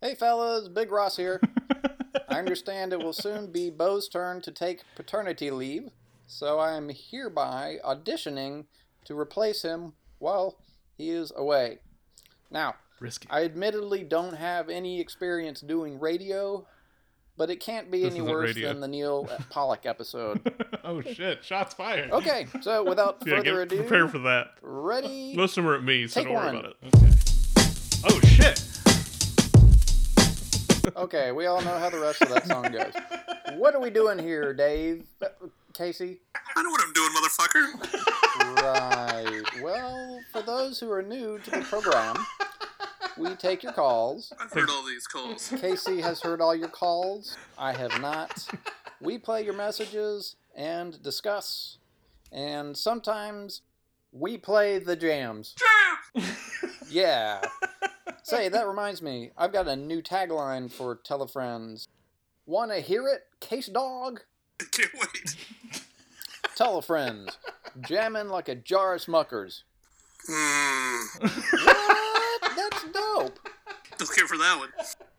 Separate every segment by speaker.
Speaker 1: Hey, fellas, Big Ross here. I understand it will soon be Bo's turn to take paternity leave, so I am hereby auditioning to replace him while he is away. Now,
Speaker 2: Risky.
Speaker 1: I admittedly don't have any experience doing radio, but it can't be
Speaker 2: This
Speaker 1: any
Speaker 2: isn't
Speaker 1: worse
Speaker 2: radio.
Speaker 1: than the Neil Pollock episode.
Speaker 2: oh shit! Shots fired.
Speaker 1: Okay, so without
Speaker 2: Yeah,
Speaker 1: further
Speaker 2: get
Speaker 1: ado,
Speaker 2: prepare for that.
Speaker 1: ready?
Speaker 2: Most of them are at me, so
Speaker 1: Take
Speaker 2: don't worry
Speaker 1: one.
Speaker 2: about it. Okay. Oh shit!
Speaker 1: Okay, we all know how the rest of that song goes. What are we doing here, Dave? Uh, Casey?
Speaker 3: I know what I'm doing, motherfucker.
Speaker 1: Right. Well, for those who are new to the program, we take your calls.
Speaker 3: I've heard all these calls.
Speaker 1: Casey has heard all your calls. I have not. We play your messages and discuss. And sometimes we play the jams. Yeah. Say, that reminds me, I've got a new tagline for Telefriends. Wanna hear it, Case Dog?
Speaker 3: I can't wait.
Speaker 1: Telefriends. Jamming like a jar of smuckers.
Speaker 3: Mm,
Speaker 1: What? That's dope.
Speaker 3: don't care for that one.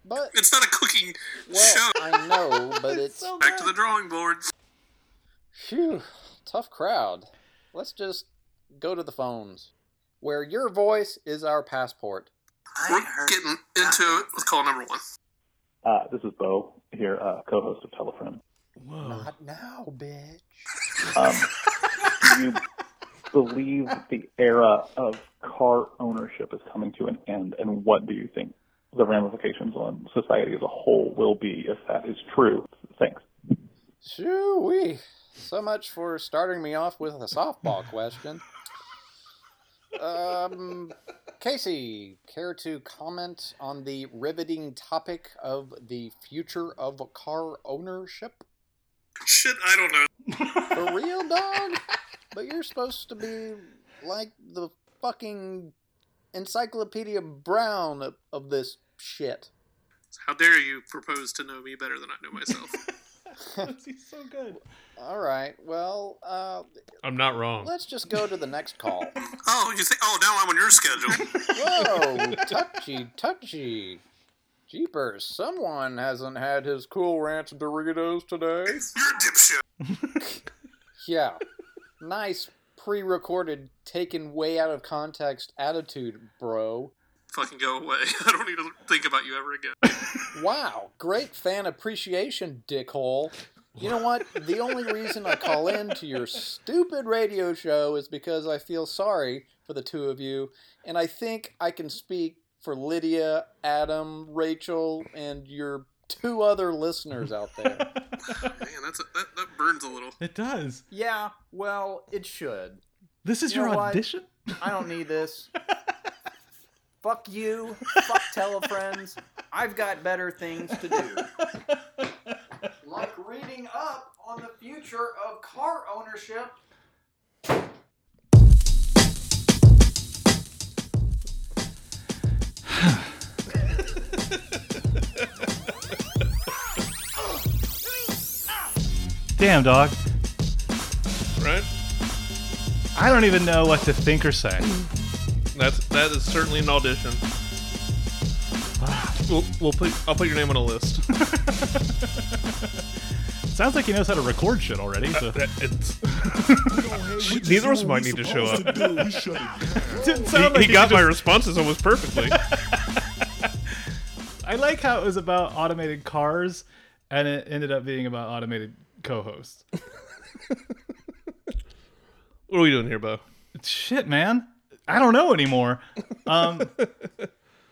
Speaker 1: But,
Speaker 3: It's not a cooking show.
Speaker 1: well, I know, but it's.
Speaker 3: Back to the drawing board.
Speaker 1: Phew, tough crowd. Let's just go to the phones, where your voice is our passport.
Speaker 3: We're getting into it with call number one.
Speaker 4: Uh, this is Bo here, uh, co-host of Telefriend.
Speaker 2: Whoa.
Speaker 5: Uh.
Speaker 1: Not now, bitch.
Speaker 4: Um, do you believe that the era of car ownership is coming to an end, and what do you think the ramifications on society as a whole will be if that is true? Thanks.
Speaker 1: Shoo-wee. So much for starting me off with a softball question. Um, Casey, care to comment on the riveting topic of the future of car ownership?
Speaker 3: Shit, I don't know.
Speaker 1: For real, dog? But you're supposed to be like the fucking Encyclopedia Brown of, of this shit.
Speaker 3: How dare you propose to know me better than I know myself?
Speaker 2: He's so good.
Speaker 1: All right, well, uh,
Speaker 2: I'm not wrong.
Speaker 1: let's just go to the next call.
Speaker 3: oh, you think? Oh, now I'm on your schedule.
Speaker 1: Whoa, touchy, touchy. Jeepers, someone hasn't had his Cool Ranch Doritos today.
Speaker 3: You're a dipshit.
Speaker 1: Yeah. Nice pre recorded, taken way out of context attitude, bro.
Speaker 3: Fucking go away. I don't need to think about you ever again.
Speaker 1: Wow, great fan appreciation, dickhole. You know what? The only reason I call in to your stupid radio show is because I feel sorry for the two of you, and I think I can speak for Lydia, Adam, Rachel, and your two other listeners out there.
Speaker 3: Man, that's a, that, that burns a little.
Speaker 2: it does.
Speaker 1: Yeah, well, it should.
Speaker 2: This is
Speaker 1: You
Speaker 2: your
Speaker 1: know what?
Speaker 2: audition.
Speaker 1: I don't need this. Fuck you. Fuck telefriends. I've got better things to do. like reading up on the future of car ownership.
Speaker 5: Damn, dog.
Speaker 2: Right?
Speaker 5: I don't even know what to think or say.
Speaker 2: That's that is certainly an audition. We'll, we'll put I'll put your name on a list.
Speaker 5: Sounds like he knows how to record shit already. So.
Speaker 2: Uh, That- it's- Neither of us might need to show up.
Speaker 5: Didn't
Speaker 2: He,
Speaker 5: sound like
Speaker 2: he got my
Speaker 5: just-
Speaker 2: responses almost perfectly.
Speaker 5: I like how it was about automated cars, and it ended up being about automated co-hosts.
Speaker 2: what are we doing here, Bo?
Speaker 5: shit, man. I don't know anymore. Um,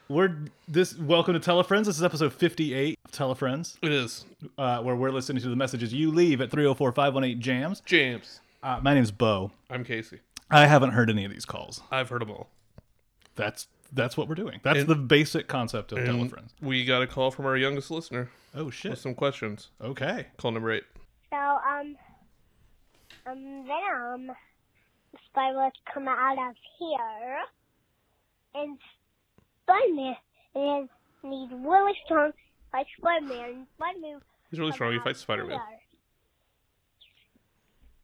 Speaker 5: we're this. Welcome to Telefriends. This is episode fifty-eight of Telefriends,
Speaker 2: It is
Speaker 5: uh, where we're listening to the messages you leave at 304-518 jams.
Speaker 2: James.
Speaker 5: Uh, my name's Bo.
Speaker 2: I'm Casey.
Speaker 5: I haven't heard any of these calls.
Speaker 2: I've heard them all.
Speaker 5: That's that's what we're doing. That's the basic concept of Telefriends.
Speaker 2: We got a call from our youngest listener
Speaker 5: Oh
Speaker 2: with
Speaker 5: shit.
Speaker 2: some questions.
Speaker 5: Okay.
Speaker 2: Call number eight.
Speaker 6: So, um, um, venom spy will come out of here, and Spider-Man is needs really strong like Spider-Man. Spider-Man
Speaker 2: He's really
Speaker 6: come
Speaker 2: strong. He
Speaker 6: out
Speaker 2: fights Spider Man.
Speaker 6: here.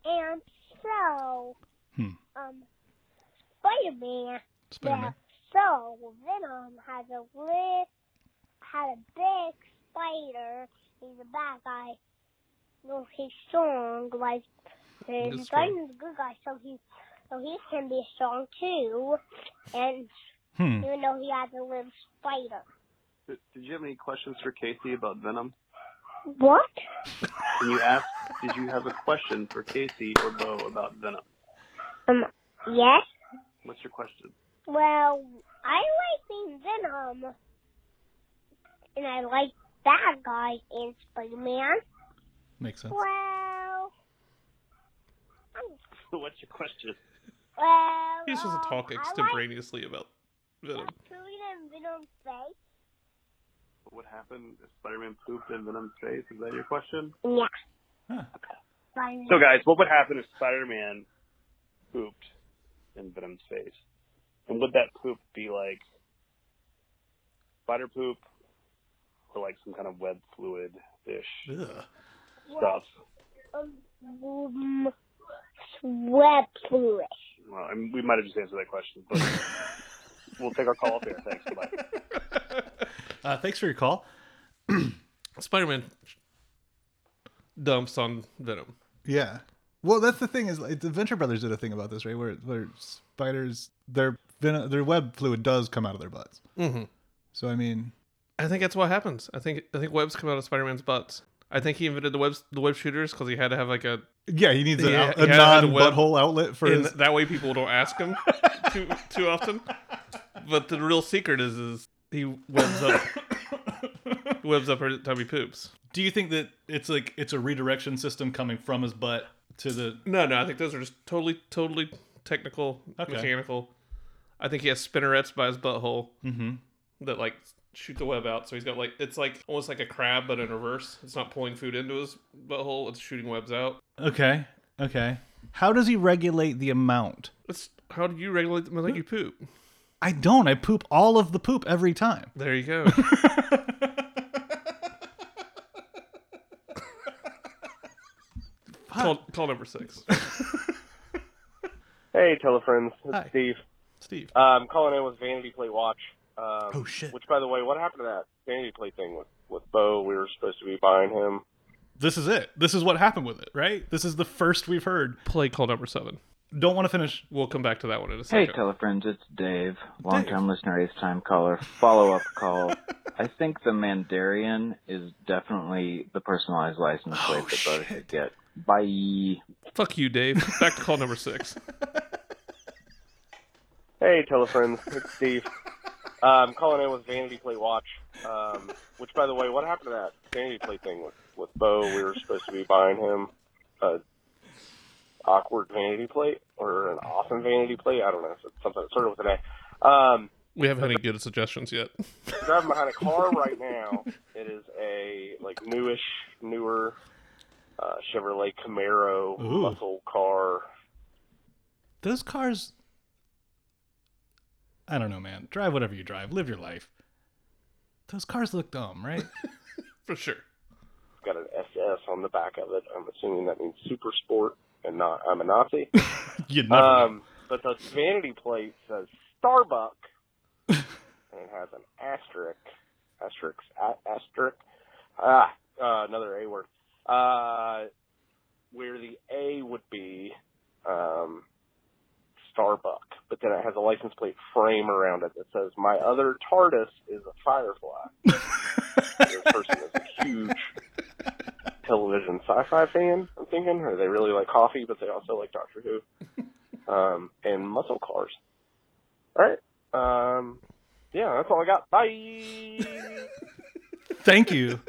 Speaker 6: And so,
Speaker 5: Hmm.
Speaker 6: um, Spider-Man.
Speaker 5: Spider Man.
Speaker 6: Yeah. So Venom has a li- had a big spider. He's a bad guy. No, he's strong. Like
Speaker 2: That's
Speaker 6: his
Speaker 2: true.
Speaker 6: Spider's a good guy, so he so he can be strong too. And
Speaker 5: Hmm.
Speaker 6: even though he has a little spider.
Speaker 7: Did did you have any questions for Casey about Venom?
Speaker 6: What?
Speaker 7: Can you ask, did you have a question for Casey or Bo about Venom?
Speaker 6: Um. Yes.
Speaker 7: What's your question?
Speaker 6: Well, I like being Venom, and I like bad guys and Spider Man.
Speaker 5: Makes sense.
Speaker 6: Well, I'm-
Speaker 7: What's your question?
Speaker 6: well,
Speaker 2: He just doesn't
Speaker 6: um,
Speaker 2: talk extemporaneously about
Speaker 6: I
Speaker 2: Venom.
Speaker 6: like Spider and Venom's face.
Speaker 7: What happened if Spider-Man pooped in Venom's face? Is that your question?
Speaker 6: Yeah.
Speaker 5: Huh.
Speaker 6: Spider-Man.
Speaker 7: So, guys, what would happen if Spider-Man pooped in Venom's face? And would that poop be like spider poop or like some kind of web fluid-ish
Speaker 5: Ugh.
Speaker 7: stuff?
Speaker 6: um, sweat fluid.
Speaker 7: Well, I mean, we might have just answered that question, but we'll take our call up here. Thanks. Bye.
Speaker 5: Uh, thanks for your call.
Speaker 2: Spider Man dumps on Venom.
Speaker 5: Yeah. Well, that's the thing is like, the Venture Brothers did a thing about this, right? Where where spiders their ven- their web fluid does come out of their butts.
Speaker 2: Mm-hmm.
Speaker 5: So I mean,
Speaker 2: I think that's what happens. I think I think webs come out of Spider Man's butts. I think he invented the webs the web shooters because he had to have like a
Speaker 5: yeah, he needs a,
Speaker 2: Yeah,
Speaker 5: a
Speaker 2: yeah,
Speaker 5: non
Speaker 2: the web-
Speaker 5: butthole outlet for
Speaker 2: and
Speaker 5: his.
Speaker 2: that way people don't ask him too too often. But the real secret is is he webs up webs up every time he poops.
Speaker 5: Do you think that it's like it's a redirection system coming from his butt to the?
Speaker 2: No, no, I think those are just totally, totally technical,
Speaker 5: Okay.
Speaker 2: mechanical. I think he has spinnerets by his butthole
Speaker 5: Mm-hmm.
Speaker 2: that like shoot the web out. So he's got like it's like almost like a crab, but in reverse. It's not pulling food into his butthole; it's shooting webs out.
Speaker 5: Okay. Okay. How does he regulate the amount?
Speaker 2: It's how do you regulate the like you poop?
Speaker 5: I don't. I poop all of the poop every time.
Speaker 2: There you go. call, call number six,
Speaker 7: Hey, telefriends. It's
Speaker 5: Hi.
Speaker 7: Steve.
Speaker 2: Steve.
Speaker 7: Uh, I'm calling in with Vanity Plate Watch. Um,
Speaker 5: Oh, shit.
Speaker 7: Which, by the way, what happened to that Vanity Plate thing with with Bo? We were supposed to be buying him.
Speaker 5: This is it. This is what happened with it, right? This is the first we've heard.
Speaker 2: Play call number seven.
Speaker 5: Don't want to finish.
Speaker 2: We'll come back to that one in a
Speaker 8: Hey,
Speaker 2: second.
Speaker 8: telefriends, it's Dave, long-time listener, eighth-time caller, follow-up call. I think the Mandarin is definitely the personalized license plate that voters should get. Bye.
Speaker 2: Fuck you, Dave. Back to call number six.
Speaker 7: Hey, telefriends. It's Steve. Uh, I'm calling in with Vanity Plate Watch. Um, which, by the way, what happened to that Vanity Plate thing with with Bo? We were supposed to be buying him a awkward Vanity Plate or an awesome Vanity Plate. I don't know. It's something sort of with an A. Um,
Speaker 2: We haven't had any good suggestions yet.
Speaker 7: driving behind a car right now. It is a like newish, newer uh, Chevrolet Camaro
Speaker 5: Ooh.
Speaker 7: muscle car.
Speaker 5: Those cars. I don't know, man. Drive whatever you drive. Live your life. Those cars look dumb, right?
Speaker 2: For sure.
Speaker 7: It's got an SS on the back of it. I'm assuming that means super sport and not I'm a Nazi.
Speaker 5: you never.
Speaker 7: Um, but the vanity plate says Starbuck, and it has an asterisk, asterisk, a- asterisk. Ah, uh, another A word. Uh, where the A would be um, Starbuck, but then it has a license plate frame around it that says, "My other TARDIS is a firefly." this person is a huge television sci-fi fan. I'm thinking, or they really like coffee, but they also like Doctor Who um, and muscle cars. All right. Um, yeah, that's all I got. Bye.
Speaker 5: Thank you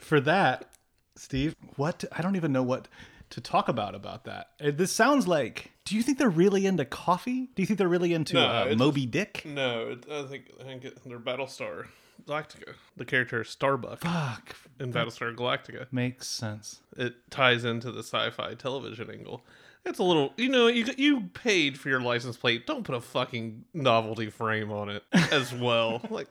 Speaker 5: for that, Steve. What? I don't even know what to talk about about that. Uh, This sounds like. Do you think they're really into coffee? Do you think they're really into
Speaker 2: No,
Speaker 5: uh,
Speaker 2: it's-
Speaker 5: Moby Dick?
Speaker 2: No, it, I think I think it, they're Battlestar Galactica. The character is Starbuck
Speaker 5: Fuck.
Speaker 2: in Battlestar Galactica.
Speaker 5: Makes sense.
Speaker 2: It ties into the sci-fi television angle. It's a little, you know, you you paid for your license plate. Don't put a fucking novelty frame on it as well. like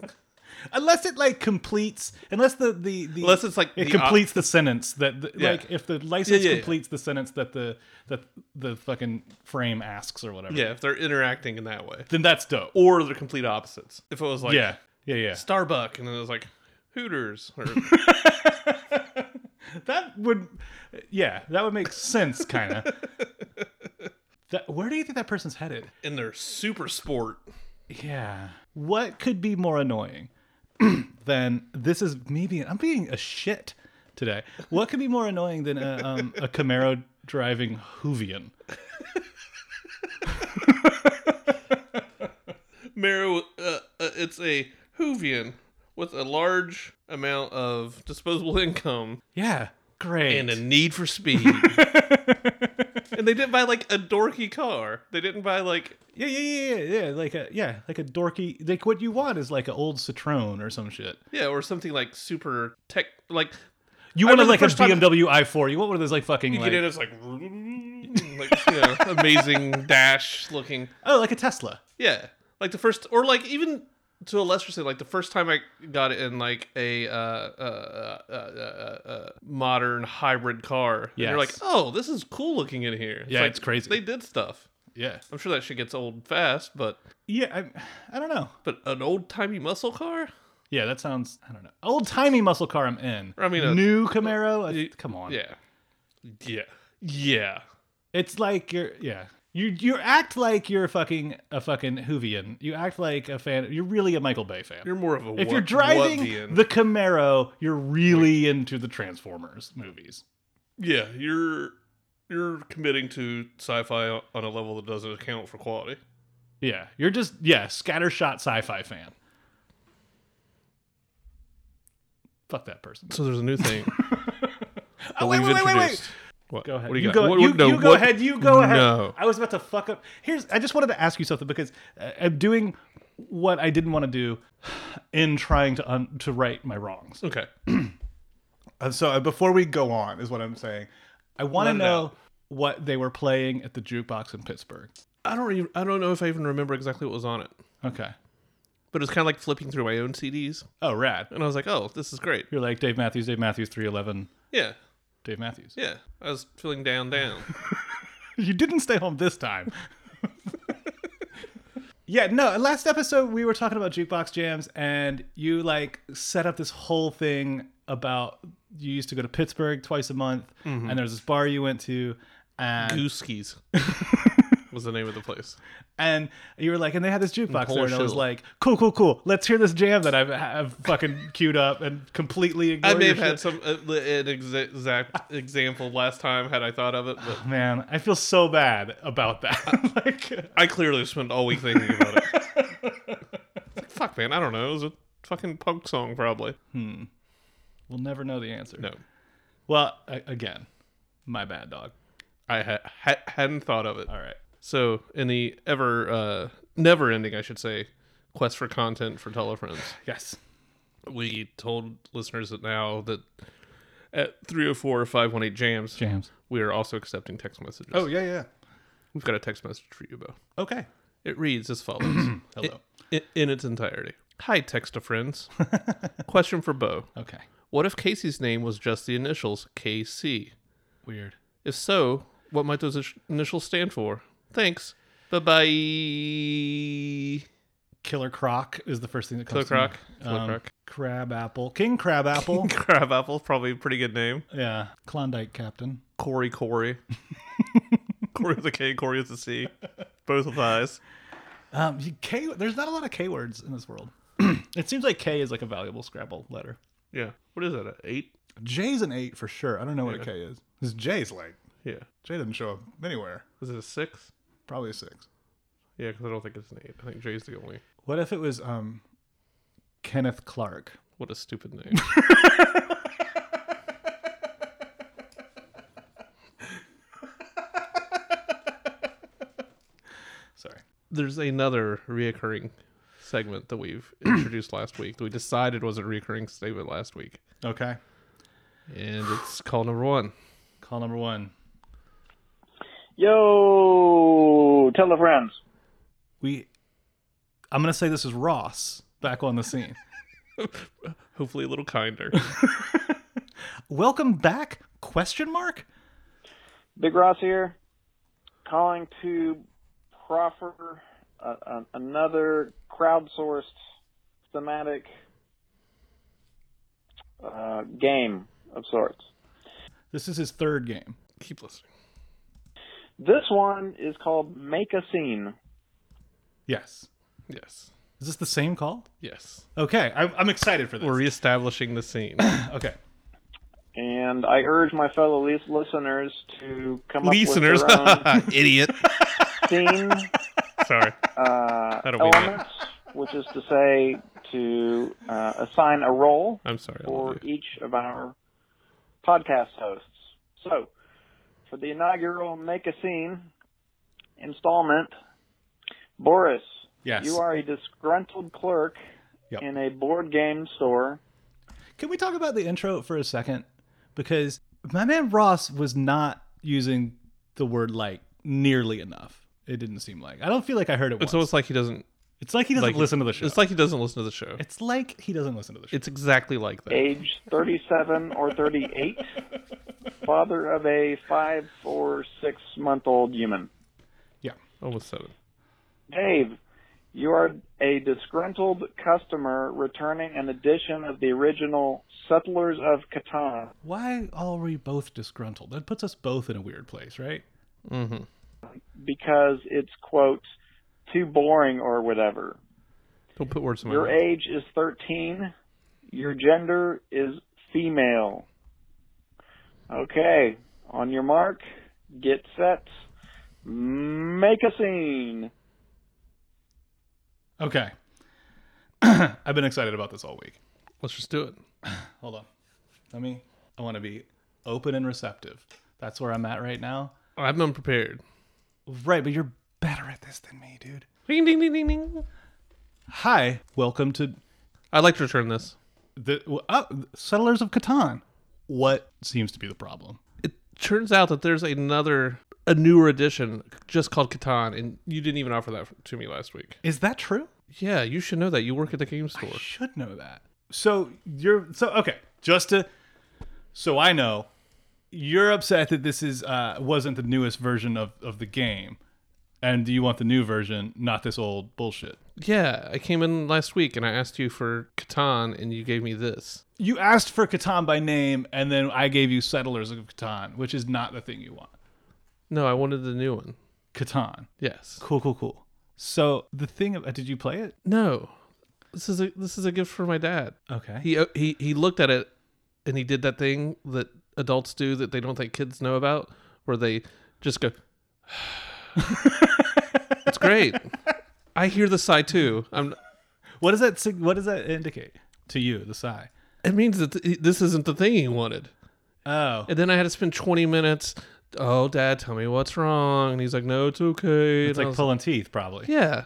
Speaker 5: Unless it like completes, unless the the, the
Speaker 2: unless it's like
Speaker 5: it
Speaker 2: the op-
Speaker 5: completes the sentence that the,
Speaker 2: Yeah.
Speaker 5: like if the license
Speaker 2: yeah, yeah.
Speaker 5: completes the sentence that the that the fucking frame asks or whatever.
Speaker 2: yeah, if they're interacting in that way,
Speaker 5: Then that's dope.
Speaker 2: or they're complete opposites. If it was like
Speaker 5: yeah. Yeah. Yeah.
Speaker 2: Starbuck, and then it was like Hooters or
Speaker 5: that would, yeah, that would make sense, kind of. that, where do you think that person's headed?
Speaker 2: in their super sport.
Speaker 5: Yeah. What could be more annoying than this is me being I'm being a shit today. What could be more annoying than a, um, a Camaro driving Hoovian?
Speaker 2: Marrow, uh, uh, it's a Hoovian with a large amount of disposable income
Speaker 5: Yeah. Great.
Speaker 2: and a need for speed. and they didn't buy like a dorky car. They didn't buy like
Speaker 5: yeah, yeah, yeah, yeah, yeah, like a yeah, like a dorky like what you want is like an old Citroen or some shit.
Speaker 2: yeah, or something like super tech. Like
Speaker 5: You
Speaker 2: I
Speaker 5: want
Speaker 2: remember
Speaker 5: like
Speaker 2: the
Speaker 5: a
Speaker 2: first time-
Speaker 5: BMW i4. You want one of those like fucking
Speaker 2: you
Speaker 5: like,
Speaker 2: get in, it's like, like you know, amazing dash looking.
Speaker 5: oh like a Tesla.
Speaker 2: Yeah, like the first, or like even to a lesser extent, like the first time I got it in like a uh, uh, uh, uh, uh, uh, modern hybrid car. Yeah, you're like,
Speaker 5: Yes.
Speaker 2: oh, this is cool looking in here.
Speaker 5: Yeah,
Speaker 2: like,
Speaker 5: it's crazy.
Speaker 2: They did stuff.
Speaker 5: Yeah.
Speaker 2: I'm sure that shit gets old fast, but
Speaker 5: Yeah, I, I don't know.
Speaker 2: but an old timey muscle car.
Speaker 5: Yeah, that sounds I don't know. Old timey muscle car I'm in.
Speaker 2: I mean, a-
Speaker 5: new Camaro. I-
Speaker 2: y-
Speaker 5: come on.
Speaker 2: Yeah, yeah, yeah.
Speaker 5: It's like you're yeah. You you act like you're fucking a fucking Hoovian. You act like a fan. You're really a Michael Bay fan.
Speaker 2: You're more of a
Speaker 5: if
Speaker 2: Wa-
Speaker 5: you're driving
Speaker 2: Wavian.
Speaker 5: the Camaro, you're really into the Transformers movies.
Speaker 2: yeah, you're you're committing to sci-fi on a level that doesn't account for quality.
Speaker 5: Yeah, you're just yeah, scattershot sci-fi fan. Fuck that person.
Speaker 2: So there's a new thing.
Speaker 5: Oh,
Speaker 2: we've introduced. What?
Speaker 5: Go ahead.
Speaker 2: What do
Speaker 5: you,
Speaker 2: you, got?
Speaker 5: go,
Speaker 2: What-
Speaker 5: you,
Speaker 2: what- no,
Speaker 5: you go
Speaker 2: what-
Speaker 5: ahead. You go ahead.
Speaker 2: No.
Speaker 5: I was about to fuck up. Here's. I just wanted to ask you something because uh, I'm doing what I didn't want to do in trying to un- to right my wrongs.
Speaker 2: Okay.
Speaker 5: And so uh, before we go on, is what I'm saying. I want to
Speaker 2: Let it
Speaker 5: know what they were playing at the jukebox in Pittsburgh.
Speaker 2: I don't even, I don't know if I even remember exactly what was on it,
Speaker 5: Okay.
Speaker 2: but it was kind of like flipping through my own CDs,
Speaker 5: Oh, rad.
Speaker 2: and I was like, oh, this is great.
Speaker 5: You're like Dave Matthews. Dave Matthews. Three eleven.
Speaker 2: Yeah,
Speaker 5: Dave Matthews.
Speaker 2: yeah. I was feeling down, down.
Speaker 5: you didn't stay home this time. yeah, no, last episode we were talking about jukebox jams and you like set up this whole thing about you used to go to Pittsburgh twice a month
Speaker 2: Mm-hmm.
Speaker 5: and there's this bar you went to and
Speaker 2: Gooskies was the name of the place.
Speaker 5: and you were like and they had this jukebox there and I was
Speaker 2: Horseshoe.
Speaker 5: like cool cool cool let's hear this jam that I've, I've fucking queued up and completely
Speaker 2: I
Speaker 5: ignored
Speaker 2: may
Speaker 5: your
Speaker 2: have had
Speaker 5: shit.
Speaker 2: some uh, li- an exa- exact example last time had I thought of it, but
Speaker 5: man I feel so bad about that like
Speaker 2: I clearly spent all week thinking about it. Fuck, man, I don't know. It was a fucking punk song, probably.
Speaker 5: we'll never know the answer
Speaker 2: No,
Speaker 5: well a- again my bad dog
Speaker 2: I ha- ha- hadn't thought of it.
Speaker 5: all right
Speaker 2: So, in the ever uh, never ending, I should say, quest for content for telefriends,
Speaker 5: yes
Speaker 2: we told listeners that now that at 304 518 jams,
Speaker 5: jams.
Speaker 2: we are also accepting text messages.
Speaker 5: Oh yeah, yeah.
Speaker 2: We've got a text message for you, Bo.
Speaker 5: Okay.
Speaker 2: It reads as follows
Speaker 5: Hello.
Speaker 2: in, in its entirety Hi, text a friends. Question for Bo
Speaker 5: okay.
Speaker 2: What if Casey's name was just the initials KC?
Speaker 5: Weird.
Speaker 2: If so, what might those ish- initials stand for? Thanks. Bye bye.
Speaker 5: Killer Croc is the first thing that
Speaker 2: Killer
Speaker 5: comes.
Speaker 2: Croc.
Speaker 5: To
Speaker 2: Killer
Speaker 5: mind. Um,
Speaker 2: Croc.
Speaker 5: crab apple. King crab apple.
Speaker 2: Crab Apple's probably a pretty good name.
Speaker 5: yeah. Klondike Captain.
Speaker 2: Corey Corey. Corey with a K, Corey with a C. Both with eyes.
Speaker 5: Um, you- K. There's not a lot of K words in this world. it seems like K is like a valuable Scrabble letter.
Speaker 2: Yeah. What is that? An eight?
Speaker 5: J's an eight for sure. I don't know what a K is. This J's like
Speaker 2: Yeah.
Speaker 5: J didn't show up anywhere.
Speaker 2: Is it a six?
Speaker 5: Probably a six.
Speaker 2: Yeah, because I don't think it's an eight. I think Jay's the only.
Speaker 5: What if it was um, Kenneth Clark?
Speaker 2: What a stupid name.
Speaker 5: Sorry.
Speaker 2: There's another reoccurring segment that we've introduced last week that we decided was a reoccurring statement last week.
Speaker 5: Okay.
Speaker 2: And it's call number one.
Speaker 5: Call number one.
Speaker 9: Yo, tell the friends.
Speaker 5: We. I'm gonna say this is Ross back on the scene.
Speaker 2: Hopefully a little kinder.
Speaker 5: Welcome back? Question mark.
Speaker 9: Big Ross here, calling to proffer uh, uh, another crowdsourced thematic uh, game of sorts.
Speaker 5: This is his third game.
Speaker 2: Keep listening.
Speaker 9: This one is called Make a Scene.
Speaker 5: Yes.
Speaker 2: Yes.
Speaker 5: Is this the same call?
Speaker 2: Yes.
Speaker 5: Okay, I, I'm excited for this.
Speaker 2: We're reestablishing the scene.
Speaker 5: Okay.
Speaker 9: And I urge my fellow lis- listeners to come
Speaker 2: Listeners,
Speaker 9: up with
Speaker 2: idiot.
Speaker 9: their own scene
Speaker 2: Sorry.
Speaker 9: uh,
Speaker 2: That'll be it.
Speaker 9: elements, which is to say, to uh, assign a role
Speaker 2: I'm sorry. I
Speaker 9: for
Speaker 2: love you.
Speaker 9: each of our podcast hosts. So, for the inaugural Make a Scene installment, Boris,
Speaker 5: Yes.
Speaker 9: you are a disgruntled clerk
Speaker 5: Yep.
Speaker 9: in a board game store.
Speaker 5: Can we talk about the intro for a second? Because my man Ross was not using the word like nearly enough. It didn't seem like. I don't feel like I heard it once.
Speaker 2: It's almost like he doesn't.
Speaker 5: it's like he doesn't
Speaker 2: like-
Speaker 5: listen to the show.
Speaker 2: It's like he doesn't listen to the show.
Speaker 5: it's like he doesn't listen to the show.
Speaker 2: It's exactly like that.
Speaker 9: age 37 or 38, father of a five or six month old human.
Speaker 2: Almost seven.
Speaker 9: Dave, you are a disgruntled customer returning an edition of the original Settlers of Catan.
Speaker 5: Why are we both disgruntled? That puts us both in a weird place, right?
Speaker 2: Mm-hmm.
Speaker 9: because it's quote too boring or whatever.
Speaker 2: Don't put words in my
Speaker 9: Your
Speaker 2: mouth.
Speaker 9: age is 13. Your gender is female. Okay, on your mark, get set, make a scene.
Speaker 5: Okay. I've been excited about this all week.
Speaker 2: Let's just do it.
Speaker 5: Hold on. Let me. I want to be open and receptive. That's where I'm at right now.
Speaker 2: I'm unprepared.
Speaker 5: Right, but you're better at this than me, dude.
Speaker 2: Ding ding ding ding ding.
Speaker 5: Hi, welcome to
Speaker 2: I'd like to return this.
Speaker 5: the uh, settlers of Catan. What seems to be the problem?
Speaker 2: It turns out that there's another, a newer edition just called Catan, and you didn't even offer that to me last week.
Speaker 5: Is that true?
Speaker 2: Yeah, you should know that. You work at the game store.
Speaker 5: I should know that. So you're so okay. Just to so I know, you're upset that this is uh, wasn't the newest version of of the game, and do you want the new version, not this old bullshit?
Speaker 2: Yeah, I came in last week and I asked you for Catan, and you gave me this.
Speaker 5: You asked for Catan by name, and then I gave you Settlers of Catan, which is not the thing you want.
Speaker 2: No, I wanted the new one.
Speaker 5: Catan.
Speaker 2: Yes.
Speaker 5: Cool, cool, cool. So the thing, uh, did you play it?
Speaker 2: No. This is a this is a gift for my dad.
Speaker 5: Okay.
Speaker 2: He uh, he he looked at it and he did that thing that adults do that they don't think kids know about where they just go It's great. I hear the sigh too. I'm
Speaker 5: What does that sig- What does that indicate to you? The sigh.
Speaker 2: it means that th- this isn't the thing he wanted.
Speaker 5: Oh,
Speaker 2: And then I had to spend 20 minutes, "Oh dad, tell me what's wrong." And he's like, "No, it's okay."
Speaker 5: it's
Speaker 2: And I
Speaker 5: like
Speaker 2: was
Speaker 5: pulling teeth, probably.
Speaker 2: Yeah.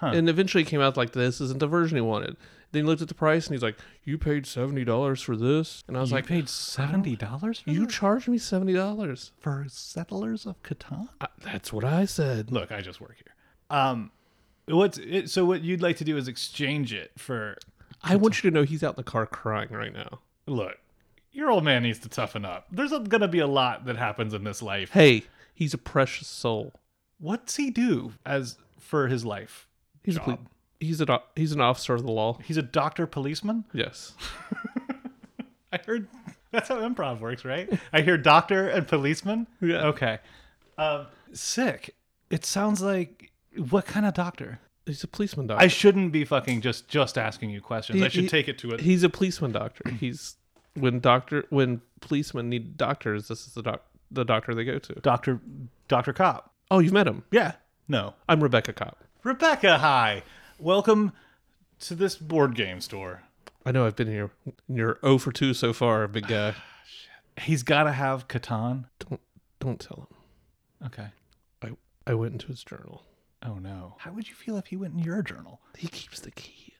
Speaker 2: And eventually it came out like this isn't the version he wanted. Then he looked at the price and he's like, "You paid seventy dollars for this," and I was
Speaker 5: You
Speaker 2: like,
Speaker 5: paid seventy dollars for
Speaker 2: "You
Speaker 5: you
Speaker 2: charged me seventy dollars." Uh,
Speaker 5: for Settlers of Catan.
Speaker 2: That's what I said.
Speaker 5: Look, I just work here. Um, what's it, so? What you'd like to do is exchange it for.
Speaker 2: I want you to know he's out in the car crying right now.
Speaker 5: Look, your old man needs to toughen up. There's a, gonna be a lot that happens in this life.
Speaker 2: Hey, he's a precious soul.
Speaker 5: What's he do as for his life?
Speaker 2: He's a ple- he's a he's an officer of the law.
Speaker 5: He's a doctor policeman.
Speaker 2: Yes,
Speaker 5: I heard that's how improv works, right? I hear doctor and policeman.
Speaker 2: Yeah.
Speaker 5: Okay. Um, sick. It sounds like what kind of doctor?
Speaker 2: he's a policeman doctor.
Speaker 5: I shouldn't be fucking just just asking you questions.
Speaker 2: He-
Speaker 5: I should
Speaker 2: he-
Speaker 5: take it to a
Speaker 2: he's a policeman doctor. He's when doctor when policemen need doctors, this is the doc the doctor they go to.
Speaker 5: doctor doctor cop.
Speaker 2: Oh, you've met him.
Speaker 5: Yeah. No.
Speaker 2: I'm Rebecca Cop.
Speaker 5: Rebecca, hi. Welcome to this board game store.
Speaker 2: I know I've been here. You're 0 for 2 so far, big guy.
Speaker 5: He's got to have Catan.
Speaker 2: don't don't tell
Speaker 5: Okay.
Speaker 2: him. I I went into his journal.
Speaker 5: Oh no. How would you feel if he went in your journal?
Speaker 2: He keeps the key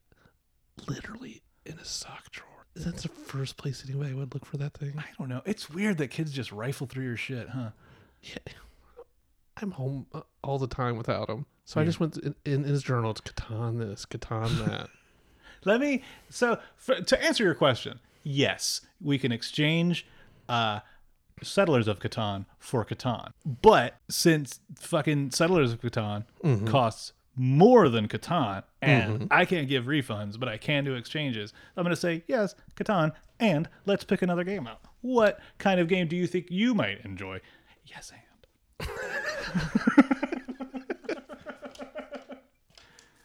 Speaker 2: literally in his sock drawer. That's the first place anybody would look for that thing.
Speaker 5: I don't know. It's weird that kids just rifle through your shit, huh?
Speaker 2: Yeah. I'm home uh, all the time without him. So I just went in, in his journal. It's Catan this, Catan that.
Speaker 5: Let me. So for, to answer your question, yes, we can exchange uh, settlers of Catan for Catan, but since fucking settlers of Catan costs more than Catan, and I can't give refunds, but I can do exchanges. I'm going to say, yes, Catan, and let's pick another game out. What kind of game do you think you might enjoy? Yes, and.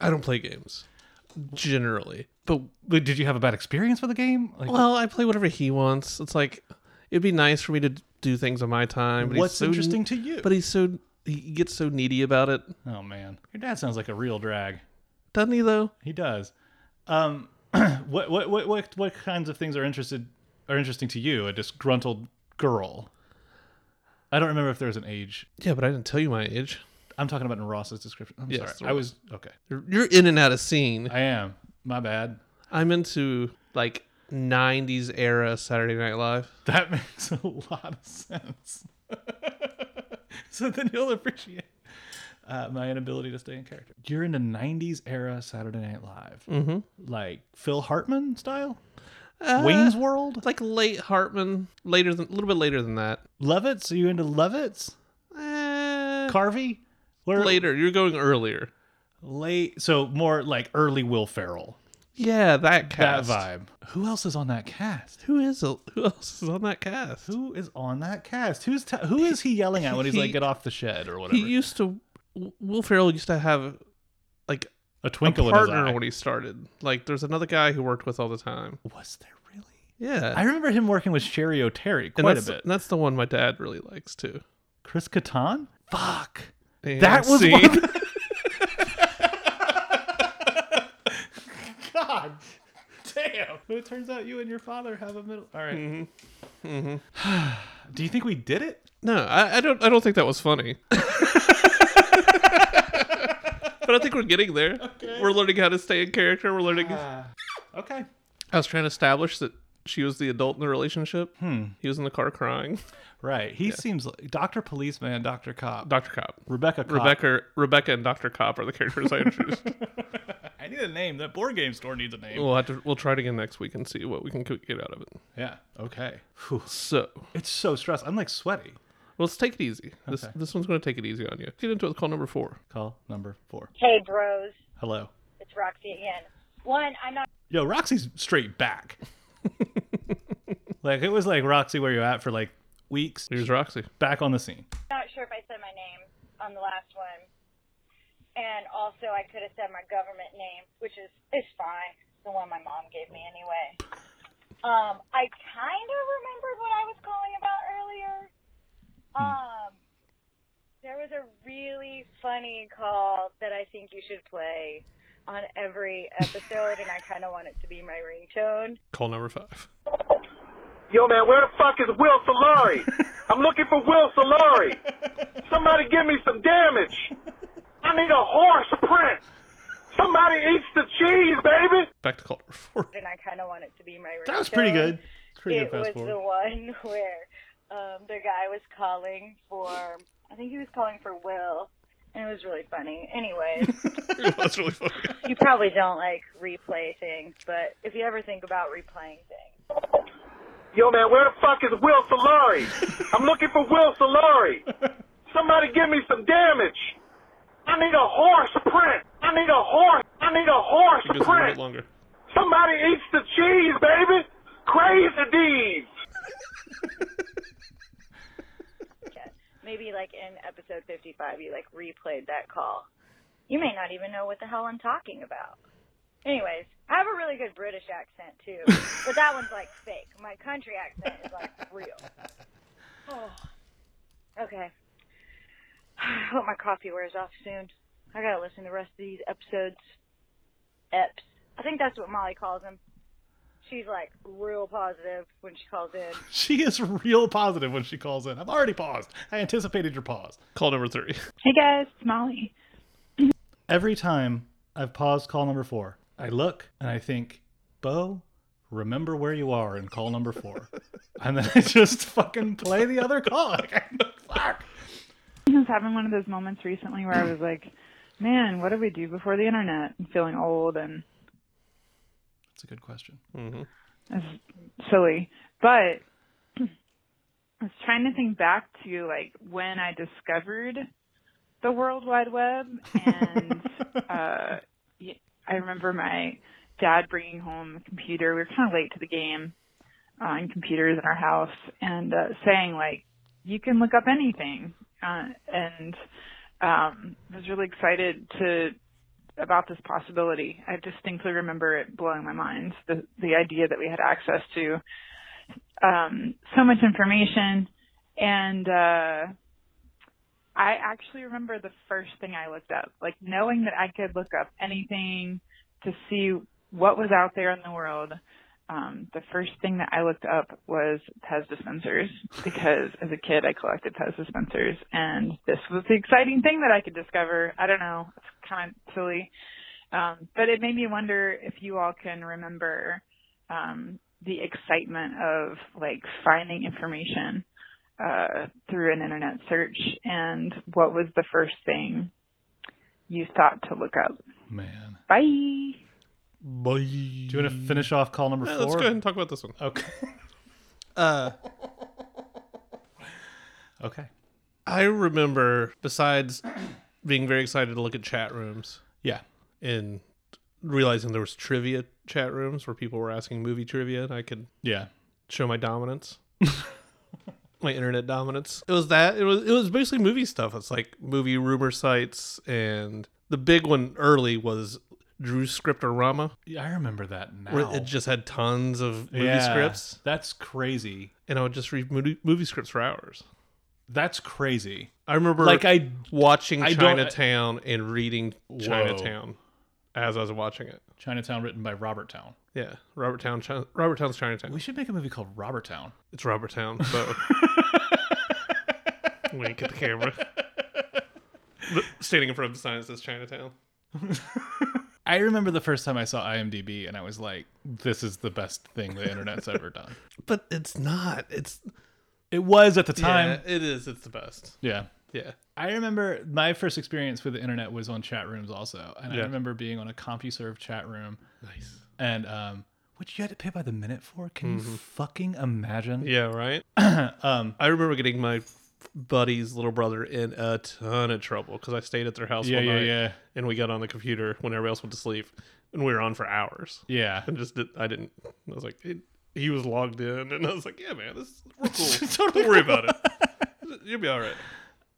Speaker 2: I don't play games generally.
Speaker 5: But, but did you have a bad experience with the game? Like,
Speaker 2: Well, I play whatever he wants. It's like it'd be nice for me to do things on my time. But
Speaker 5: what's
Speaker 2: he's so,
Speaker 5: interesting to you?
Speaker 2: But he's so he gets so needy about it,
Speaker 5: oh, man. Your dad sounds like a real drag.
Speaker 2: doesn't he? Though
Speaker 5: He does. Um, what, what what what what kinds of things are interested are interesting to you? A disgruntled girl. I don't remember if there was an age.
Speaker 2: yeah, but I didn't tell you my age.
Speaker 5: I'm talking about in Ross's description. I'm
Speaker 2: Yes,
Speaker 5: sorry. I was okay.
Speaker 2: You're you're in and out of scene.
Speaker 5: I am. My bad.
Speaker 2: I'm into like '90s era Saturday Night Live.
Speaker 5: That makes a lot of sense. so then you'll appreciate uh, my inability to stay in character. You're into '90s era Saturday Night Live, mm-hmm. like Phil Hartman style,
Speaker 2: Uh,
Speaker 5: Wayne's World,
Speaker 2: It's like late Hartman, later than a little bit later than that.
Speaker 5: Lovitz. Are you into Lovitz,
Speaker 2: Eh,
Speaker 5: Carvey? Where,
Speaker 2: later, you're going earlier.
Speaker 5: late so more like early will ferrell
Speaker 2: Yeah,
Speaker 5: that
Speaker 2: that cast.
Speaker 5: vibe who else is on that cast
Speaker 2: Who is who else is on that cast?
Speaker 5: who is on that cast who's t- who is he yelling at when he's like
Speaker 2: He-
Speaker 5: get off the shed or whatever
Speaker 2: He used to. Will Ferrell used to have like
Speaker 5: a
Speaker 2: a
Speaker 5: twinkle in
Speaker 2: partner
Speaker 5: his eye
Speaker 2: when he started. Like, there's another guy who worked with all the time.
Speaker 5: was there really
Speaker 2: Yeah,
Speaker 5: i remember him working with sherry o'terry
Speaker 2: and
Speaker 5: quite a
Speaker 2: that's,
Speaker 5: bit
Speaker 2: That's the one my dad really likes too.
Speaker 5: chris Kattan? fuck
Speaker 2: And
Speaker 5: that was
Speaker 2: see,
Speaker 5: one of the- god damn but it turns out you and your father have a middle all right. Mm-hmm. do you think we did it
Speaker 2: no. I, I don't. I don't think that was funny. but I think we're getting there. We're learning how to stay in character. We're learning.
Speaker 5: Ah. okay
Speaker 2: I was trying to establish that she was the adult in the relationship. He was in the car crying.
Speaker 5: right he seems Hmm. like dr policeman dr cop
Speaker 2: Doctor Cop.
Speaker 5: rebecca cop
Speaker 2: Rebecca, Rebecca, and Doctor Cop are the characters I introduced.
Speaker 5: I need a name. That board game store needs a name.
Speaker 2: we'll have to. We'll try it again next week and see what we can co- get out of it.
Speaker 5: Yeah. Okay.
Speaker 2: So
Speaker 5: It's so stressed. I'm like sweaty.
Speaker 2: let's take it easy. This this one's going to take it easy on you. Get into it. Call number four.
Speaker 5: Call number four.
Speaker 10: Hey, bros,
Speaker 5: Hello.
Speaker 10: it's Roxy again. One, I'm not
Speaker 5: Yo, Roxy's straight back. like it was like Roxy, where you at for like weeks.
Speaker 2: Here's Roxy.
Speaker 5: Back on the scene.
Speaker 10: not sure if I said my name on the last one, and also I could have said my government name, which is is fine, It's the one my mom gave me anyway. Um, I kind of remembered what I was calling about earlier. Um, there was a really funny call that I think you should play on every episode, and I kind of want it to be my ringtone.
Speaker 2: Call number five.
Speaker 7: Yo, man, where the fuck is Will Solari? I'm looking for Will Solari. Somebody give me some damage. I need a horse print. Somebody eats the cheese, baby.
Speaker 2: Back to call number four.
Speaker 10: and I kind of want it to be my ringtone.
Speaker 5: That was pretty good. It's pretty
Speaker 10: It
Speaker 5: good. Fast
Speaker 10: was the
Speaker 5: forward.
Speaker 10: one where um, the guy was calling for, I think he was calling for Will, and it was really funny. Anyways,
Speaker 2: That's really funny.
Speaker 10: you probably don't like replay things, but if you ever think about replaying things,
Speaker 7: Yo, man, where the fuck is Will Solari? I'm looking for Will Solari. Somebody give me some damage. I need a horse print. I need a horse. I need a horse
Speaker 2: It goes a little
Speaker 7: print.
Speaker 2: bit longer.
Speaker 7: Somebody eats the cheese, baby. Crazy D's.
Speaker 10: yeah, maybe like in episode 55, you like replayed that call. You may not even know what the hell I'm talking about. Anyways, I have a really good British accent too, but that one's like fake. My country accent is like real. Oh, okay. I hope my coffee wears off soon. I gotta listen to the rest of these episodes. Eps. I think that's what Molly calls them. She's like real positive when she calls in.
Speaker 5: She is real positive when she calls in. I've already paused. I anticipated your pause.
Speaker 2: Call number three.
Speaker 10: Hey guys, it's Molly.
Speaker 5: Every time I've paused call number four, I look and I think, Bo, remember where you are in call number four. and then I just fucking play the other call. Like, I- fuck.
Speaker 11: I was having one of those moments recently where I was like, man, what did we do before the internet? I'm feeling old and
Speaker 5: That's a good question.
Speaker 11: it's silly. But I was trying to think back to like when I discovered the World Wide Web, and uh, y- I remember my dad bringing home a computer. We were kind of late to the game on computers in our house, and uh, saying like, "You can look up anything," uh, and um, I was really excited to about this possibility. I distinctly remember it blowing my mind the the idea that we had access to um, so much information, and uh, I actually remember the first thing I looked up, like knowing that I could look up anything to see what was out there in the world. Um, the first thing that I looked up was Pez dispensers because as a kid I collected Pez dispensers and this was the exciting thing that I could discover. I don't know, it's kind of silly. Um, but it made me wonder if you all can remember um, the excitement of like finding information uh, through an internet search and what was the first thing you thought to look up.
Speaker 5: Man.
Speaker 11: Bye.
Speaker 5: Bye. Do you want to finish off call number
Speaker 2: Yeah,
Speaker 5: four?
Speaker 2: let's go ahead and talk about this one.
Speaker 5: Okay. Uh, okay.
Speaker 2: I remember, besides being very excited to look at chat rooms.
Speaker 5: Yeah.
Speaker 2: And realizing there was trivia chat rooms where people were asking movie trivia and I could
Speaker 5: Yeah.
Speaker 2: show my dominance. my internet dominance. It was that it was it was basically movie stuff. It's like movie rumor sites and the big one early was Drew Scriptorama.
Speaker 5: Yeah, I remember that now.
Speaker 2: Where it just had tons of movie
Speaker 5: Yeah,
Speaker 2: scripts.
Speaker 5: That's crazy.
Speaker 2: And I would just read mo- movie scripts for hours.
Speaker 5: That's crazy.
Speaker 2: I remember
Speaker 5: Like, I-
Speaker 2: watching
Speaker 5: I don't-
Speaker 2: Chinatown and reading Chinatown as I was watching it.
Speaker 5: Chinatown written by Robert Town.
Speaker 2: Yeah, Robert Town, Chi- Robert Town's Chinatown.
Speaker 5: We should make a movie called Robert Town.
Speaker 2: It's Robert Town. So wink at the camera. Standing in front of the sign that says Chinatown.
Speaker 5: I remember the first time I saw IMDb and I was like, this is the best thing the internet's ever done.
Speaker 2: But it's not. It's
Speaker 5: It was at the time.
Speaker 2: Yeah, it is. It's the best.
Speaker 5: Yeah.
Speaker 2: Yeah.
Speaker 5: I remember my first experience with the internet was on chat rooms also, and I
Speaker 2: Yeah.
Speaker 5: remember being on a CompuServe chat room.
Speaker 2: Nice.
Speaker 5: And um, which you had to pay by the minute for? Can you fucking imagine?
Speaker 2: Yeah. Right.
Speaker 5: um,
Speaker 2: I remember getting my buddy's little brother in a ton of trouble because I stayed at their house
Speaker 5: Yeah,
Speaker 2: one
Speaker 5: yeah,
Speaker 2: night
Speaker 5: yeah.
Speaker 2: and we got on the computer when everybody else went to sleep and we were on for hours.
Speaker 5: Yeah.
Speaker 2: And just did, I didn't. I was like, it, he was logged in and I was like, yeah, man, this is real cool.
Speaker 5: Totally
Speaker 2: Don't worry
Speaker 5: cool.
Speaker 2: about it. You'll be all right.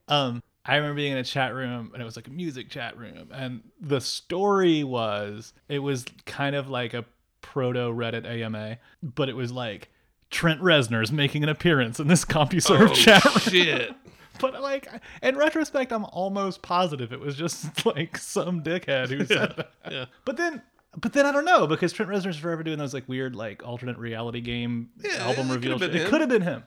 Speaker 5: Um, I remember being in a chat room and it was like a music chat room, and the story was it was kind of like a proto Reddit AMA, but it was like Trent Reznor's making an appearance in this CompuServe
Speaker 2: Oh,
Speaker 5: chat room.
Speaker 2: shit.
Speaker 5: But like in retrospect, I'm almost positive it was just like some dickhead who said that.
Speaker 2: Yeah.
Speaker 5: But then, but then I don't know because Trent Reznor's forever doing those like weird like alternate reality game album
Speaker 2: it
Speaker 5: reveals.
Speaker 2: could've been
Speaker 5: It
Speaker 2: him.
Speaker 5: could have been him.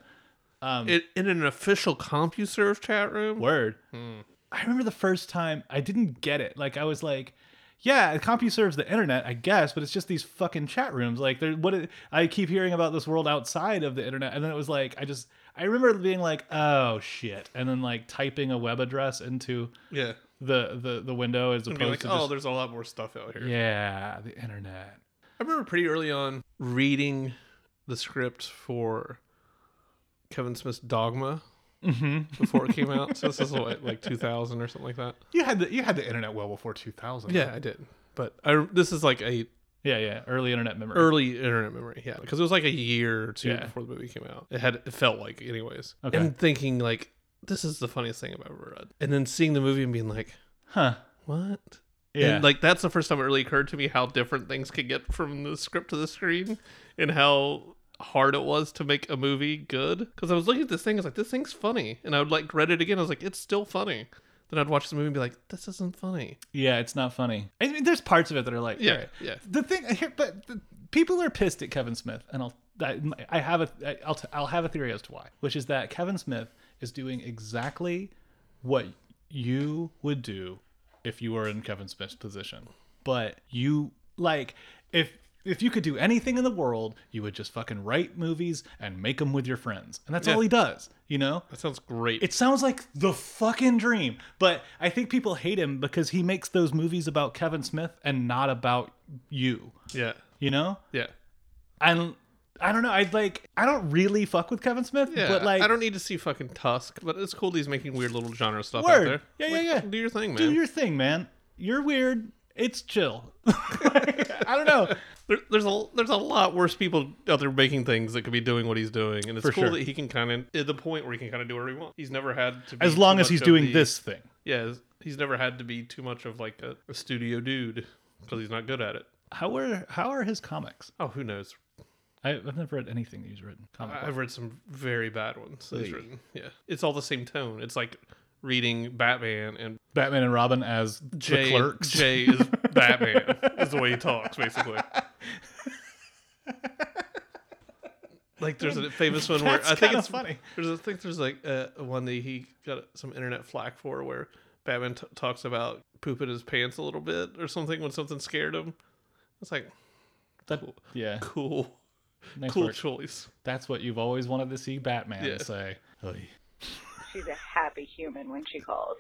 Speaker 5: Um,
Speaker 2: It, in an official CompuServe chat room?
Speaker 5: Word. I remember the first time I didn't get it. Like I was like, yeah, CompuServe's the internet, I guess, but it's just these fucking chat rooms. Like there what it, I keep hearing about this world outside of the internet and then it was like I just I remember being like, "Oh shit." And then like typing a web address into
Speaker 2: Yeah.
Speaker 5: the the the window as
Speaker 2: And
Speaker 5: opposed
Speaker 2: be like,
Speaker 5: to
Speaker 2: oh,
Speaker 5: just
Speaker 2: there's a lot more stuff out here.
Speaker 5: yeah, the internet.
Speaker 2: I remember pretty early on reading the script for Kevin Smith's Dogma
Speaker 5: Mhm.
Speaker 2: before it came out. So this is what, like 2000 or something like that.
Speaker 5: You had the you had the internet well before 2000.
Speaker 2: Yeah, I did. But I this is like a
Speaker 5: Yeah, yeah, early internet memory.
Speaker 2: early internet memory. Yeah, because it was like a year or two
Speaker 5: Yeah.
Speaker 2: before the movie came out. It had it felt like, anyways.
Speaker 5: Okay.
Speaker 2: And thinking like, this is the funniest thing I've ever read. And then seeing the movie and being like,
Speaker 5: Huh.
Speaker 2: what?
Speaker 5: Yeah.
Speaker 2: And like that's the first time it really occurred to me how different things could get from the script to the screen and how hard it was to make a movie good. Because I was looking at this thing, I was like, this thing's funny. And I would like read it again, I was like, it's still funny. Then I'd watch the movie and be like, this isn't funny.
Speaker 5: Yeah, it's not funny. I mean, there's parts of it that are like,
Speaker 2: Yeah,
Speaker 5: all right.
Speaker 2: yeah.
Speaker 5: The thing, here, but the, people are pissed at Kevin Smith, and I'll, I, I have a, I- I'll, t- I'll have a theory as to why, which is that Kevin Smith is doing exactly what you would do if you were in Kevin Smith's position, but you like if. If you could do anything in the world, you would just fucking write movies and make them with your friends. And that's
Speaker 2: Yeah.
Speaker 5: all he does, you know?
Speaker 2: That sounds great.
Speaker 5: It sounds like the fucking dream, but I think people hate him because he makes those movies about Kevin Smith and not about you.
Speaker 2: yeah.
Speaker 5: You know?
Speaker 2: Yeah.
Speaker 5: And I don't know. I'd like. I don't really fuck with Kevin Smith,
Speaker 2: Yeah,
Speaker 5: but like,
Speaker 2: I don't need to see fucking Tusk, but it's cool that he's making weird little genre stuff out
Speaker 5: word.
Speaker 2: there.
Speaker 5: Yeah, yeah, yeah.
Speaker 2: Do your thing, man.
Speaker 5: Do your thing, man. You're weird. It's chill. I don't know.
Speaker 2: There, there's a there's a lot worse people out there making things that could be doing what he's doing, and it's
Speaker 5: For
Speaker 2: cool
Speaker 5: sure.
Speaker 2: that he can kind of at the point where he can kind of do whatever he wants. He's never had to be
Speaker 5: As long
Speaker 2: too
Speaker 5: as he's
Speaker 2: much of
Speaker 5: doing
Speaker 2: the-
Speaker 5: this thing.
Speaker 2: Yeah, he's- he's never had to be too much of like a, a studio dude because he's not good at it.
Speaker 5: How are how are his comics?
Speaker 2: Oh, who knows?
Speaker 5: I, I've never read anything that he's written. Comic
Speaker 2: I- I've read some very bad ones. that he's
Speaker 5: Oy.
Speaker 2: written. Yeah, it's all the same tone. It's like reading Batman and
Speaker 5: Batman and Robin as
Speaker 2: Jay.
Speaker 5: the clerks.
Speaker 2: Jay is Batman. is the way he talks, basically. Like there's a famous one where
Speaker 5: That's
Speaker 2: I think
Speaker 5: kinda
Speaker 2: it's
Speaker 5: funny.
Speaker 2: There's I think there's like uh, one that he got some internet flack for where Batman t- talks about pooping his pants a little bit or something when something scared him. It's like
Speaker 5: That-
Speaker 2: cool.
Speaker 5: yeah.
Speaker 2: cool,
Speaker 5: Nice
Speaker 2: cool
Speaker 5: work.
Speaker 2: choice.
Speaker 5: That's what you've always wanted to see Batman
Speaker 2: Yeah.
Speaker 5: say. "Oy."
Speaker 10: She's a happy human when she calls.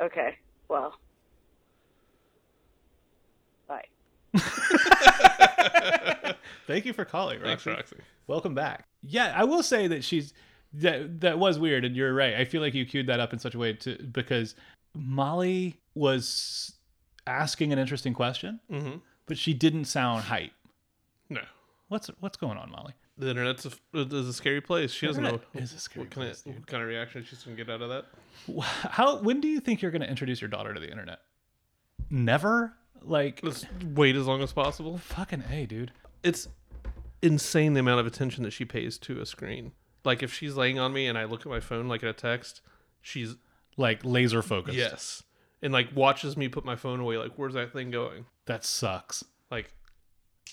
Speaker 10: okay, well. Bye.
Speaker 5: Thank you for calling, Roxy.
Speaker 2: Thanks, Roxy.
Speaker 5: Welcome back. Yeah, I will say that she's that that was weird, and you're right. I feel like you queued that up in such a way to because Molly was asking an interesting question,
Speaker 2: Mhm.
Speaker 5: but she didn't sound hype.
Speaker 2: No,
Speaker 5: What's what's going on, Molly?
Speaker 2: the internet's a, is a scary place. She doesn't know
Speaker 5: Internet is a scary
Speaker 2: what kind
Speaker 5: place,
Speaker 2: of what kind of reaction she's gonna get out of that.
Speaker 5: Wh- How when do you think you're going to introduce your daughter to the internet? Never. Like
Speaker 2: Let's wait as long as possible.
Speaker 5: fucking a, dude.
Speaker 2: It's insane the amount of attention that she pays to a screen. Like if she's laying on me and I look at my phone like at a text, she's
Speaker 5: Like laser focused.
Speaker 2: yes, and like watches me put my phone away. Like where's that thing going?
Speaker 5: That sucks
Speaker 2: Like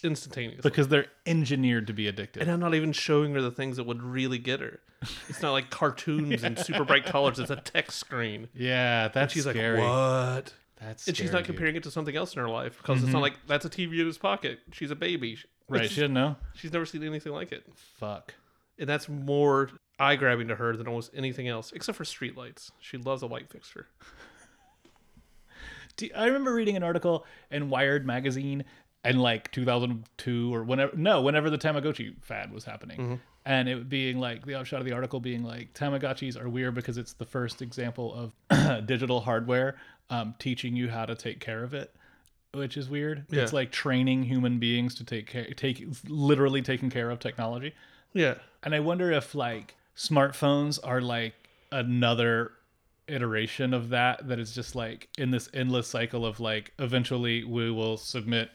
Speaker 2: instantaneously.
Speaker 5: because they're engineered to be addicted.
Speaker 2: and I'm not even showing her the things that would really get her. It's not like cartoons and super bright colors. It's a text screen.
Speaker 5: yeah, that's
Speaker 2: She's
Speaker 5: scary.
Speaker 2: like, what?
Speaker 5: That's
Speaker 2: and
Speaker 5: Uh,
Speaker 2: she's
Speaker 5: scary,
Speaker 2: not
Speaker 5: dude.
Speaker 2: comparing it to something else in her life because it's
Speaker 5: Mhm.
Speaker 2: not like that's a TV in his pocket. She's a baby. She-
Speaker 5: Right, she didn't know.
Speaker 2: She's never seen anything like it.
Speaker 5: Fuck.
Speaker 2: and that's more eye grabbing to her than almost anything else, except for streetlights. She loves a light fixture.
Speaker 5: Do, I remember reading an article in Wired magazine in like 2002 or whenever, no, whenever the Tamagotchi fad was happening. And it being like the upshot of the article being like Tamagotchis are weird because it's the first example of digital hardware um, teaching you how to take care of it, which is weird.
Speaker 2: Yeah.
Speaker 5: It's like training human beings to take care, take literally taking care of technology.
Speaker 2: Yeah,
Speaker 5: And I wonder if like smartphones are like another iteration of that that is just like in this endless cycle of like eventually we will submit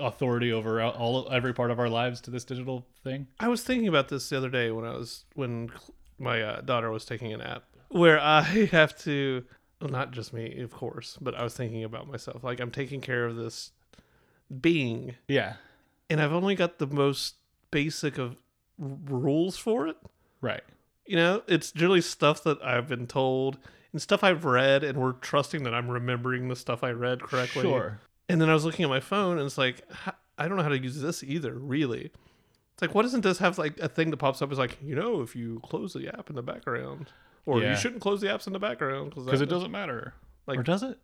Speaker 5: authority over all every part of our lives to this digital thing.
Speaker 2: I was thinking about this the other day when I was when cl- my uh, daughter was taking a nap, where I have to, well, not just me, of course, but I was thinking about myself. Like I'm taking care of this being,
Speaker 5: Yeah.
Speaker 2: and I've only got the most basic of r- rules for it.
Speaker 5: Right.
Speaker 2: You know, it's generally stuff that I've been told and stuff I've read, and we're trusting that I'm remembering the stuff I read correctly.
Speaker 5: Sure.
Speaker 2: And then I was looking at my phone, and it's like, h- I don't know how to use this either, really. It's like, why doesn't this have like a thing that pops up? Is like, you know, if you close the app in the background, or
Speaker 5: Yeah.
Speaker 2: you shouldn't close the apps in the background
Speaker 5: Cuz it doesn't matter.
Speaker 2: Like-
Speaker 5: or does it?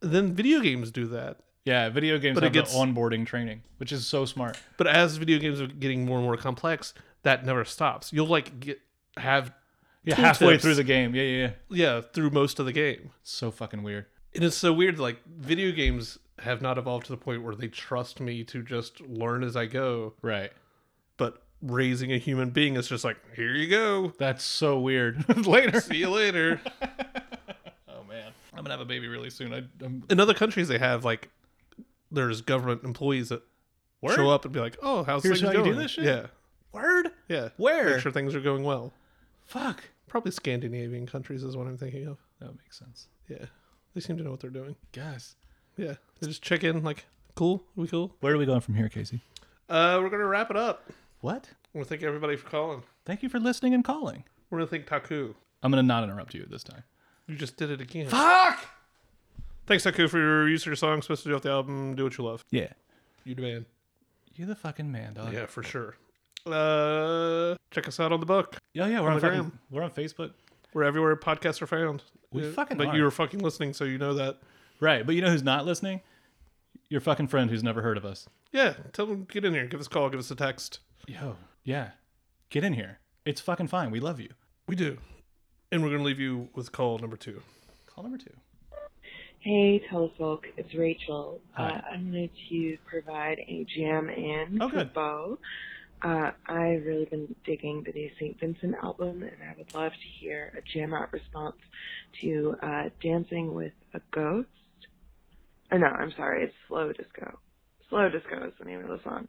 Speaker 2: Then video games do that,
Speaker 5: Yeah, video games
Speaker 2: But
Speaker 5: have
Speaker 2: it gets-
Speaker 5: the onboarding training, which is so smart.
Speaker 2: but as video games are getting more and more complex, that never stops. You'll like get have
Speaker 5: Yeah,
Speaker 2: Tool
Speaker 5: halfway
Speaker 2: tips.
Speaker 5: through the game. Yeah, yeah, yeah.
Speaker 2: yeah through most of the game.
Speaker 5: So fucking weird.
Speaker 2: It is so weird. Like video games have not evolved to the point where they trust me to just learn as I go,
Speaker 5: Right.
Speaker 2: but raising a human being is just like, here you go.
Speaker 5: That's so weird. Later.
Speaker 2: See you later.
Speaker 5: Oh man. I'm going to have a baby really soon. I, I'm
Speaker 2: In other countries, they have like there's government employees that show up and be like, "Oh, how's
Speaker 5: Here's
Speaker 2: things
Speaker 5: how you
Speaker 2: going?"
Speaker 5: do this shit?
Speaker 2: Yeah,
Speaker 5: Word?
Speaker 2: yeah.
Speaker 5: Where?
Speaker 2: Make sure things are going well.
Speaker 5: Fuck.
Speaker 2: Probably Scandinavian countries is what I'm thinking of.
Speaker 5: That makes sense.
Speaker 2: Yeah, they seem to know what they're doing.
Speaker 5: Guys.
Speaker 2: Yeah, they just check in like, "Cool, we cool."
Speaker 5: Where are we going from here, Casey?
Speaker 2: Uh, we're gonna wrap it up.
Speaker 5: What?
Speaker 2: I want to thank everybody for calling.
Speaker 5: Thank you for listening and calling.
Speaker 2: We're gonna thank Taku.
Speaker 5: I'm gonna not interrupt you this time.
Speaker 2: You just did it again. Fuck. Thanks, Taku, for your use of your song. Supposed to do off the album. Do what you love.
Speaker 5: Yeah.
Speaker 2: You demand.
Speaker 5: You're the fucking man, dog.
Speaker 2: Yeah, for sure. Uh, check us out on the book.
Speaker 5: Oh, Yeah, yeah. We're
Speaker 2: On
Speaker 5: on,
Speaker 2: the
Speaker 5: fucking,
Speaker 2: gram.
Speaker 5: we're on Facebook.
Speaker 2: We're everywhere podcasts are found. Uh,
Speaker 5: We fucking
Speaker 2: But
Speaker 5: are.
Speaker 2: you were fucking listening, so you know that.
Speaker 5: Right, but you know who's not listening? your fucking friend who's never heard of us.
Speaker 2: Yeah, tell them get in here. Give us a call. Give us a text.
Speaker 5: Yo, yeah, get in here. It's fucking fine. We love you.
Speaker 2: We do. And we're gonna leave you with call number two.
Speaker 5: Call number two.
Speaker 12: Hey, Telefolk, it's Rachel.
Speaker 5: Hi.
Speaker 12: Uh, I'm going to provide a jam in
Speaker 5: Oh,
Speaker 12: for
Speaker 5: good.
Speaker 12: Bo. Uh, I've really been digging the new St. Vincent album, and I would love to hear a jam out response to uh, Dancing with a Ghost. Oh, no, I'm sorry, it's Slow Disco. Slow Disco is the name of the song.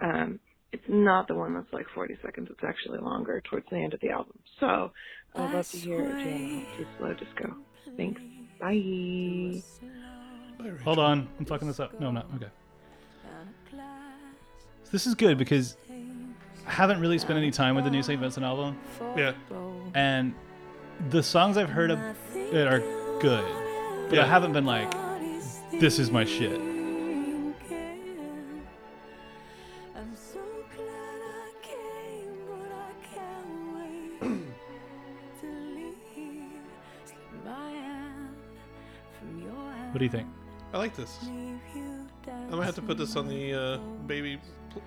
Speaker 12: Um, it's not the one that's like 40 seconds, it's actually longer towards the end of the album. So I'd love to hear a jam out to Slow Disco. Thanks. Bye.
Speaker 5: Hold on, I'm fucking this up. No, I'm not. Okay. So this is good because I haven't really spent any time with the new St. Vincent album.
Speaker 2: Yeah.
Speaker 5: And the songs I've heard of that are good, but I haven't been like, this is my shit. What do you think?
Speaker 2: I like this. I'm gonna have to put this on the uh, baby pl-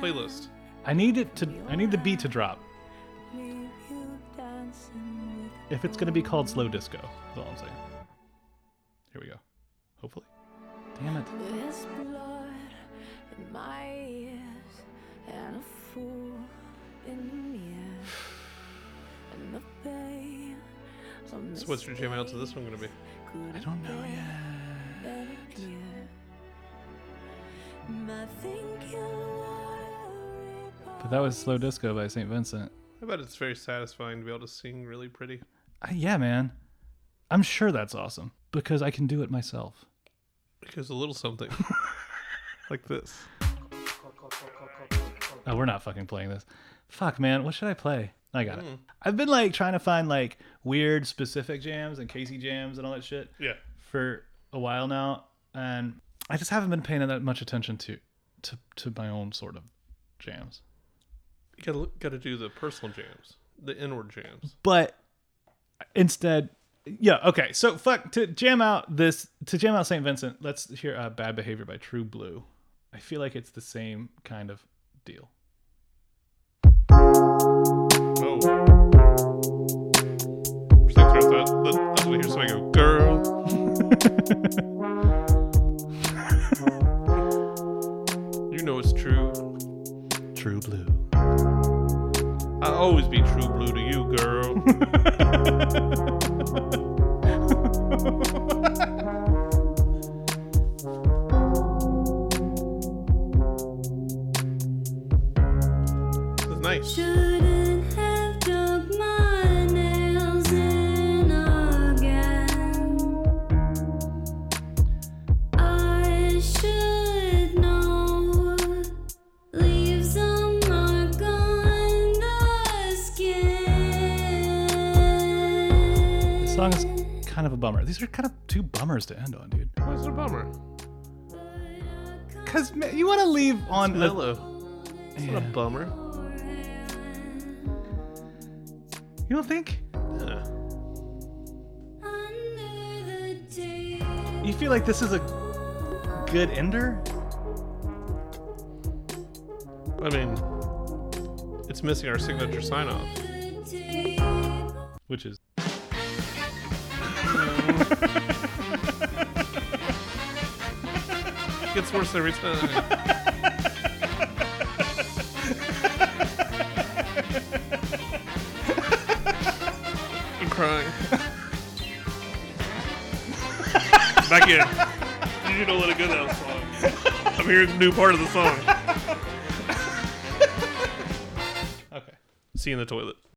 Speaker 2: playlist.
Speaker 5: I need it to. I need the beat to drop. If it's gonna be called slow disco, is all I'm saying. Here we go. Hopefully. Damn it.
Speaker 13: There's blood in my ears and a fool in the mirror and the pain. from
Speaker 2: So what's your jam out to this one gonna be?
Speaker 5: I don't know yet.
Speaker 13: better clear. My thinking
Speaker 5: But that was slow disco by St. Vincent.
Speaker 2: I bet it's very satisfying to be able to sing really pretty.
Speaker 5: I, yeah, man. I'm sure that's awesome because I can do it myself.
Speaker 2: Because a little something like this.
Speaker 5: Oh, we're not fucking playing this. Fuck, man. What should I play? I got it.
Speaker 2: Mm.
Speaker 5: I've been like trying to find like weird specific jams and Casey jams and all that shit.
Speaker 2: Yeah.
Speaker 5: For a while now, and I just haven't been paying that much attention to to to my own sort of jams.
Speaker 2: You gotta look- gotta do the personal jams, the inward jams.
Speaker 5: But instead, yeah, okay. So fuck to jam out this to jam out St. Vincent. Let's hear uh, "Bad Behavior" by True Blue. I feel like it's the same kind of deal.
Speaker 2: Oh. Just like throw that- that- That's what I hear. So I go, girl. you know it's true.
Speaker 5: True Blue.
Speaker 2: I'll always be true blue to you, girl. This is nice.
Speaker 13: shouldn't have dug my nails in again. I should know leaves a mark on the skin.
Speaker 5: This song is kind of a bummer. These are kind of two bummers to end on, dude.
Speaker 2: What's the bummer?
Speaker 5: Cause ma- you want to leave on
Speaker 2: mellow. It's not a bummer.
Speaker 5: You don't think?
Speaker 2: Yeah.
Speaker 5: You feel like this is a good ender?
Speaker 2: I mean, it's missing our signature sign off.
Speaker 5: Which is.
Speaker 2: Gets worse every time. I'm crying. Back in. You need to let it go that song. I'm hearing a new part of the song.
Speaker 5: Okay.
Speaker 2: See you in the toilet.